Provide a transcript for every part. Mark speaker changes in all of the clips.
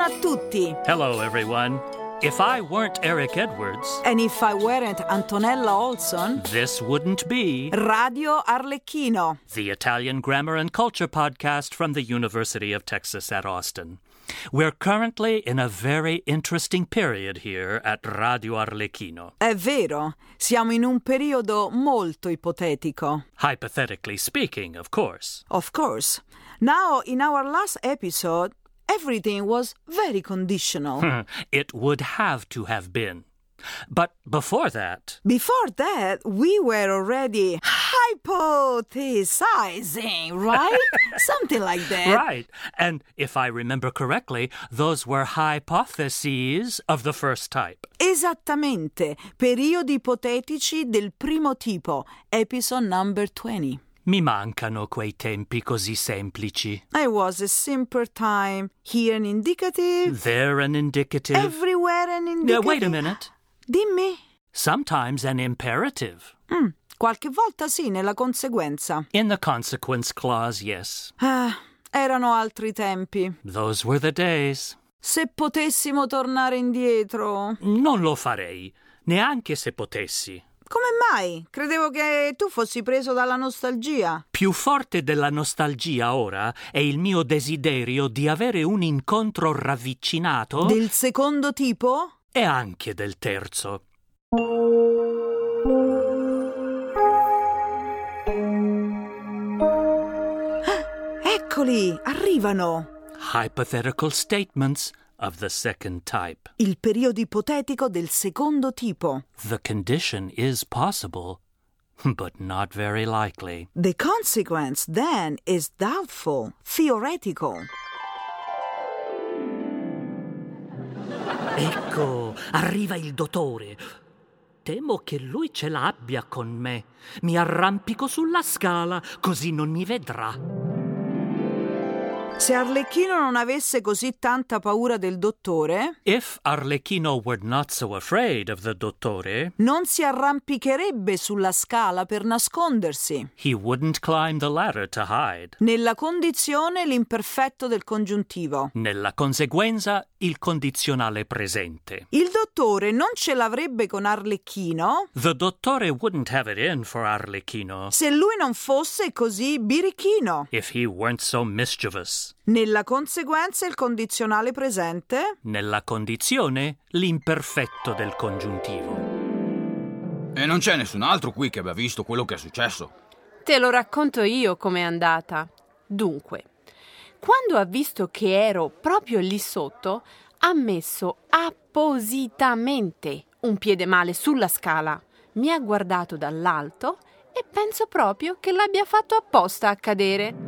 Speaker 1: Maggie.
Speaker 2: Hello, everyone. If I weren't Eric Edwards,
Speaker 1: And if I weren't Antonella Olson,
Speaker 2: this wouldn't be
Speaker 1: Radio Arlecchino.
Speaker 2: the Italian Grammar and Culture podcast from the University of Texas at Austin. We're currently in a very interesting period here at Radio Arlecchino.
Speaker 1: È vero, siamo in un periodo molto ipotetico.
Speaker 2: Hypothetically speaking, of course.
Speaker 1: Of course. Now, in our last episode, everything was very conditional.
Speaker 2: it would have to have been. But before that,
Speaker 1: Before that, we were already hypothesizing, right? Something like that.
Speaker 2: right, and if I remember correctly, those were hypotheses of the first type.
Speaker 1: Esattamente, periodi ipotetici del primo tipo, episode number 20.
Speaker 2: Mi mancano quei tempi così semplici.
Speaker 1: It was a simple time. Here an indicative,
Speaker 2: They're an indicative.
Speaker 1: everywhere an
Speaker 2: Now,
Speaker 1: indicative.
Speaker 2: Mm, wait a minute.
Speaker 1: Dimmi.
Speaker 2: Sometimes an imperative.
Speaker 1: Mm, qualche volta sì, nella conseguenza.
Speaker 2: In the consequence clause, yes.
Speaker 1: Ah, erano altri tempi.
Speaker 2: Those were the days.
Speaker 1: Se potessimo tornare indietro.
Speaker 2: Non lo farei, neanche se potessi.
Speaker 1: Come mai? Credevo che tu fossi preso dalla nostalgia.
Speaker 2: Più forte della nostalgia ora è il mio desiderio di avere un incontro ravvicinato
Speaker 1: Del secondo tipo?
Speaker 2: e anche del terzo.
Speaker 1: Eccoli, arrivano.
Speaker 2: Hypothetical statements of the second type.
Speaker 1: Il periodo ipotetico del secondo tipo.
Speaker 2: The condition is possible, but not very likely.
Speaker 1: The consequence then is doubtful, theoretical.
Speaker 2: Ecco, arriva il dottore. Temo che lui ce l'abbia con me. Mi arrampico sulla scala, così non mi vedrà.
Speaker 1: Se Arlecchino non avesse così tanta paura del dottore,
Speaker 2: If Arlecchino were not so afraid of the dottore,
Speaker 1: non si arrampicherebbe sulla scala per nascondersi.
Speaker 2: he wouldn't climb the ladder to hide.
Speaker 1: Nella condizione l'imperfetto del congiuntivo.
Speaker 2: Nella conseguenza, il condizionale presente.
Speaker 1: Il dottore non ce l'avrebbe con Arlecchino
Speaker 2: The dottore wouldn't have it in for Arlecchino
Speaker 1: se lui non fosse così birichino.
Speaker 2: if he weren't so mischievous.
Speaker 1: Nella conseguenza il condizionale presente.
Speaker 2: Nella condizione, l'imperfetto del congiuntivo.
Speaker 3: E non c'è nessun altro qui che abbia visto quello che è successo.
Speaker 4: Te lo racconto io com'è andata. Dunque, quando ha visto che ero proprio lì sotto, ha messo appositamente un piede male sulla scala. Mi ha guardato dall'alto e penso proprio che l'abbia fatto apposta a cadere.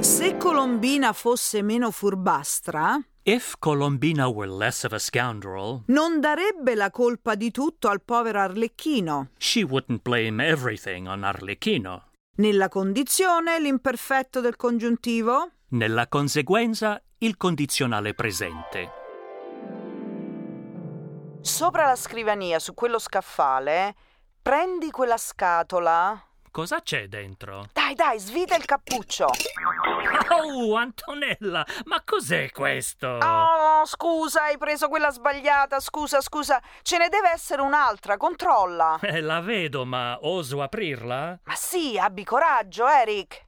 Speaker 1: Se Colombina fosse meno furbastra,
Speaker 2: If Colombina were less of a scoundrel,
Speaker 1: non darebbe la colpa di tutto al povero Arlecchino.
Speaker 2: she wouldn't blame everything on Arlecchino.
Speaker 1: Nella condizione l'imperfetto del congiuntivo?
Speaker 2: Nella conseguenza, il condizionale presente.
Speaker 1: Sopra la scrivania, su quello scaffale, prendi quella scatola.
Speaker 2: Cosa c'è dentro?
Speaker 1: Dai, dai, svita il cappuccio.
Speaker 2: Oh, Antonella, ma cos'è questo?
Speaker 1: Oh, scusa, hai preso quella sbagliata. Scusa, scusa. Ce ne deve essere un'altra, controlla.
Speaker 2: Eh, la vedo, ma oso aprirla?
Speaker 1: Ma sì, abbi coraggio, Eric.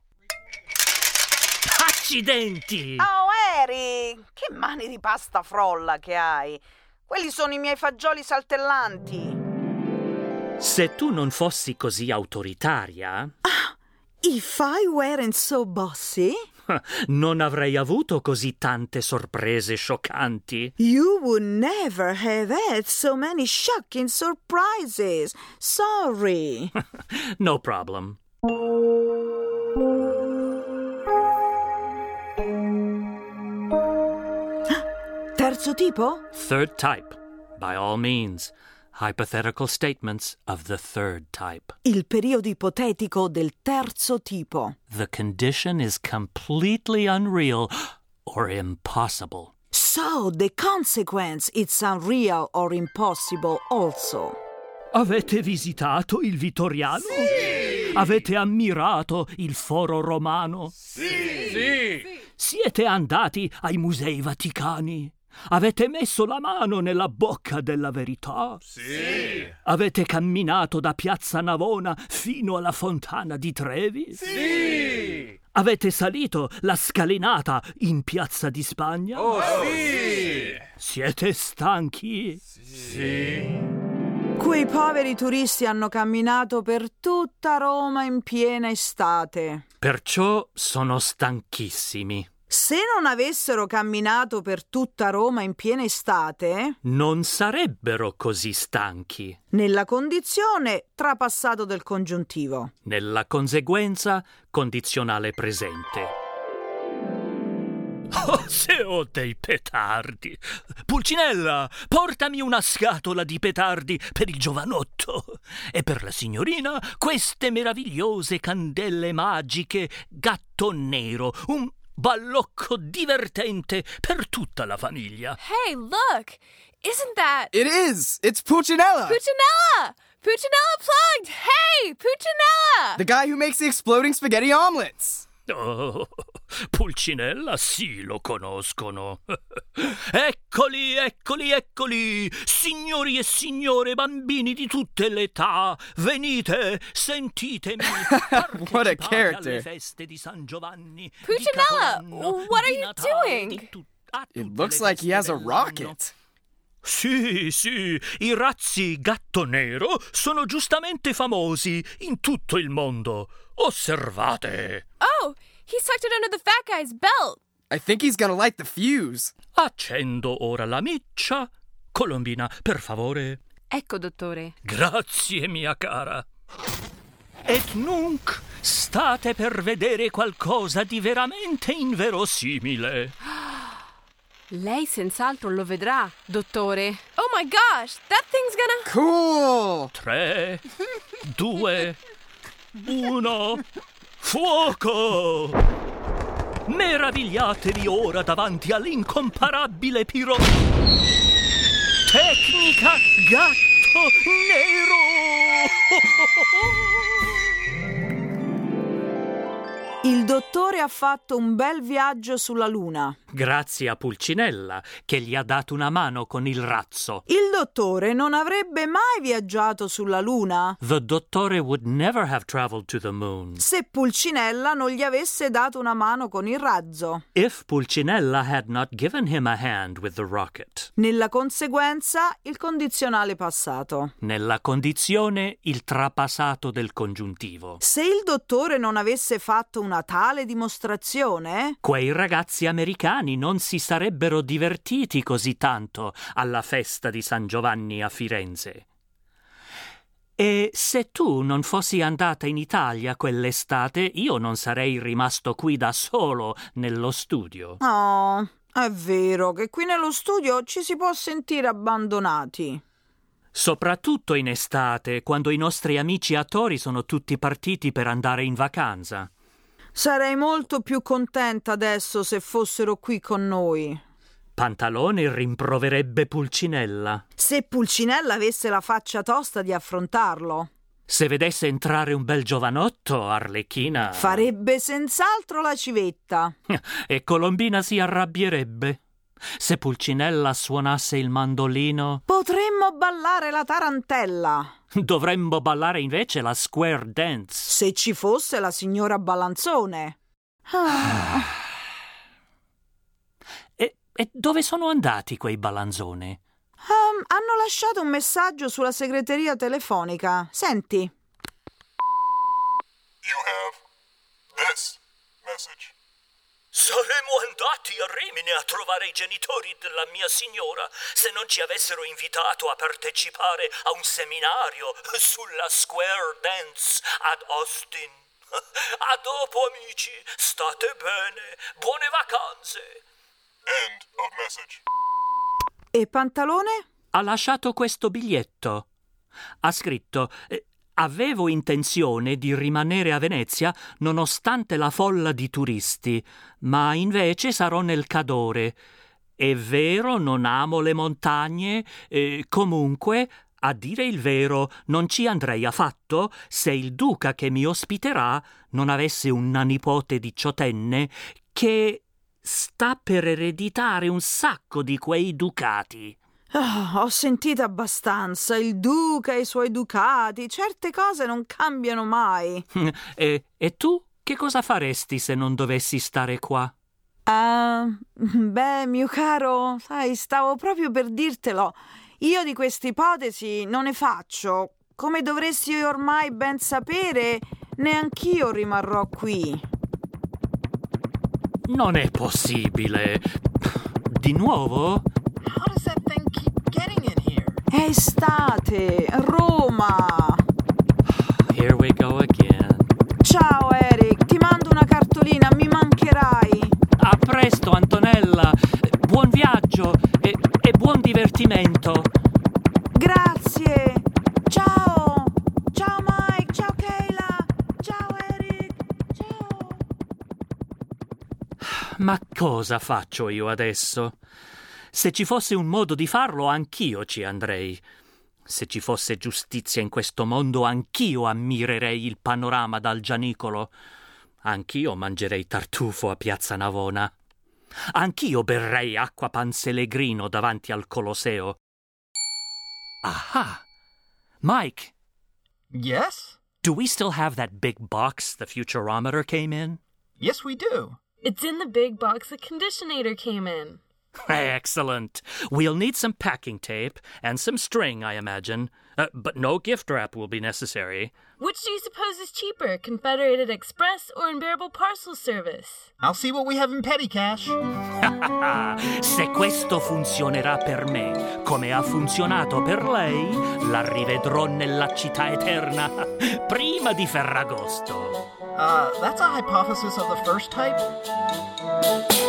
Speaker 2: Accidenti!
Speaker 1: Oh, Eric, che mani di pasta frolla che hai. Quelli sono i miei fagioli saltellanti.
Speaker 2: Se tu non fossi così autoritaria,
Speaker 1: If I weren't so bossy,
Speaker 2: non avrei avuto così tante sorprese scioccanti.
Speaker 1: You would never have had so many shocking surprises. Sorry.
Speaker 2: No problem.
Speaker 1: Terzo tipo?
Speaker 2: Third type. By all means, hypothetical statements of the third type.
Speaker 1: Il periodo ipotetico del terzo tipo.
Speaker 2: The condition is completely unreal or impossible.
Speaker 1: So the consequence it's unreal or impossible also.
Speaker 2: Avete visitato il Vittoriano? Sì! Avete ammirato il Foro Romano? Sì! Siete andati ai Musei Vaticani? Avete messo la mano nella bocca della verità?
Speaker 5: Sì.
Speaker 2: Avete camminato da Piazza Navona fino alla fontana di Trevi?
Speaker 5: Sì.
Speaker 2: Avete salito la scalinata in Piazza di Spagna?
Speaker 5: Oh, Sì.
Speaker 2: Siete stanchi?
Speaker 1: Quei poveri turisti hanno camminato per tutta Roma in piena estate.
Speaker 2: Perciò sono stanchissimi.
Speaker 1: Se non avessero camminato per tutta Roma in piena estate,
Speaker 2: Non sarebbero così stanchi.
Speaker 1: nella condizione trapassato del congiuntivo.
Speaker 2: Nella conseguenza condizionale presente. Oh, se ho dei petardi! Pulcinella, portami una scatola di petardi per il giovanotto e per la signorina queste meravigliose candele magiche gatto nero, un ballocco divertente per tutta la famiglia.
Speaker 4: Hey, look! Isn't that
Speaker 6: It is. It's Puccinella,
Speaker 4: Puccinella? Puccinella plugged! Hey, Puccinella!
Speaker 6: the guy who makes the exploding spaghetti omelets.
Speaker 2: Oh, Pulcinella sì, lo conoscono. Eccoli, eccoli, eccoli, signori e signore, bambini di tutte le età, venite, sentitemi.
Speaker 6: What a
Speaker 2: partecipate
Speaker 6: character.
Speaker 2: alle feste di San Giovanni. di
Speaker 4: Pulcinella,
Speaker 2: Capodanno,
Speaker 4: what
Speaker 2: di
Speaker 4: are you
Speaker 2: Natale,
Speaker 4: doing?
Speaker 2: di tut- a
Speaker 6: It
Speaker 2: tutte
Speaker 6: looks
Speaker 2: le
Speaker 6: like he
Speaker 2: feste
Speaker 6: has a
Speaker 2: dell'anno.
Speaker 6: rocket.
Speaker 2: Sì, sì, i razzi gatto nero sono giustamente famosi in tutto il mondo. Osservate.
Speaker 4: Oh, he's tucked it under the fat guy's belt.
Speaker 6: I think he's gonna light the fuse.
Speaker 2: Accendo ora la miccia. Colombina, per favore.
Speaker 7: Ecco, dottore.
Speaker 2: Grazie, mia cara. Et nunc state per vedere qualcosa di veramente inverosimile.
Speaker 7: Lei senz'altro lo vedrà, dottore.
Speaker 4: Oh my gosh, that thing's gonna.
Speaker 6: Cool.
Speaker 2: Tre, due, uno. Fuoco! Meravigliatevi ora davanti all'incomparabile piro. Tecnica gatto nero!
Speaker 1: Il dottore ha fatto un bel viaggio sulla Luna.
Speaker 2: Grazie a Pulcinella che gli ha dato una mano con il razzo.
Speaker 1: Il dottore non avrebbe mai viaggiato sulla Luna
Speaker 2: The dottore would never have traveled to the moon
Speaker 1: se Pulcinella non gli avesse dato una mano con il razzo.
Speaker 2: if Pulcinella had not given him a hand with the rocket.
Speaker 1: Nella conseguenza, il condizionale passato.
Speaker 2: Nella condizione il trapassato del congiuntivo.
Speaker 1: Se il dottore non avesse fatto una tale dimostrazione,
Speaker 2: Quei ragazzi americani non si sarebbero divertiti così tanto alla festa di San Giovanni a Firenze. E se tu non fossi andata in Italia quell'estate, io non sarei rimasto qui da solo nello studio.
Speaker 1: Oh, è vero che qui nello studio ci si può sentire abbandonati.
Speaker 2: Soprattutto in estate, quando i nostri amici attori sono tutti partiti per andare in vacanza.
Speaker 1: Sarei molto più contenta adesso se fossero qui con noi.
Speaker 2: Pantalone rimproverebbe Pulcinella.
Speaker 1: Se Pulcinella avesse la faccia tosta di affrontarlo,
Speaker 2: Se vedesse entrare un bel giovanotto, Arlecchina.
Speaker 1: farebbe senz'altro la civetta.
Speaker 2: E Colombina si arrabbierebbe. Se Pulcinella suonasse il mandolino,
Speaker 1: Potremmo ballare la tarantella.
Speaker 2: dovremmo ballare invece la square dance.
Speaker 1: Se ci fosse la signora Balanzone.
Speaker 2: E, e dove sono andati quei balanzone?
Speaker 1: Ehm, hanno lasciato un messaggio sulla segreteria telefonica. Senti,
Speaker 5: You have this message.
Speaker 2: Saremmo andati a Rimini a trovare i genitori della mia signora se non ci avessero invitato a partecipare a un seminario sulla square dance ad Austin. A dopo amici, state bene, buone vacanze.
Speaker 5: End of message.
Speaker 1: e pantalone?
Speaker 2: ha lasciato questo biglietto. Ha scritto eh, Avevo intenzione di rimanere a Venezia nonostante la folla di turisti, ma invece sarò nel Cadore. È vero, non amo le montagne, eh, comunque, a dire il vero, non ci andrei affatto se il duca che mi ospiterà non avesse una nipote diciottenne che sta per ereditare un sacco di quei ducati.
Speaker 1: Ah, ho sentito abbastanza. Il duca e i suoi ducati. Certe cose non cambiano mai.
Speaker 2: E, e tu che cosa faresti se non dovessi stare qua?
Speaker 1: Ah, beh, mio caro, sai, stavo proprio per dirtelo. Io di queste ipotesi non ne faccio. Come dovresti ormai ben sapere, neanch'io rimarrò qui.
Speaker 2: Non è possibile. Di nuovo?
Speaker 1: È estate, Roma.
Speaker 2: Here we go again.
Speaker 1: Ciao Eric, ti mando una cartolina, mi mancherai.
Speaker 2: A presto, Antonella. Buon viaggio e, e buon divertimento.
Speaker 1: Grazie. Ciao. Ciao Mike, ciao Kayla. Ciao Eric. Ciao.
Speaker 2: Ma cosa faccio io adesso? Se ci fosse un modo di farlo, anch'io ci andrei. Se ci fosse giustizia in questo mondo, anch'io ammirerei il panorama dal Gianicolo. Anch'io mangerei tartufo a Piazza Navona. Anch'io berrei acqua pansellegrino davanti al Colosseo. Ah! Mike,
Speaker 6: Yes?
Speaker 2: do we still have that big box the Futurometer came in?
Speaker 6: Yes, we do.
Speaker 4: It's in the big box the conditioner came in.
Speaker 2: Excellent. We'll need some packing tape and some string, I imagine. Uh, but no gift wrap will be necessary.
Speaker 4: Which do you suppose is cheaper, Confederated Express or Unbearable Parcel Service?
Speaker 6: I'll see what we have in petty cash.
Speaker 2: Ah, Se questo funzionerà per me come ha funzionato per lei, la rivedrò nella città eterna prima di Ferragosto.
Speaker 6: Uh, that's a hypothesis of the first type.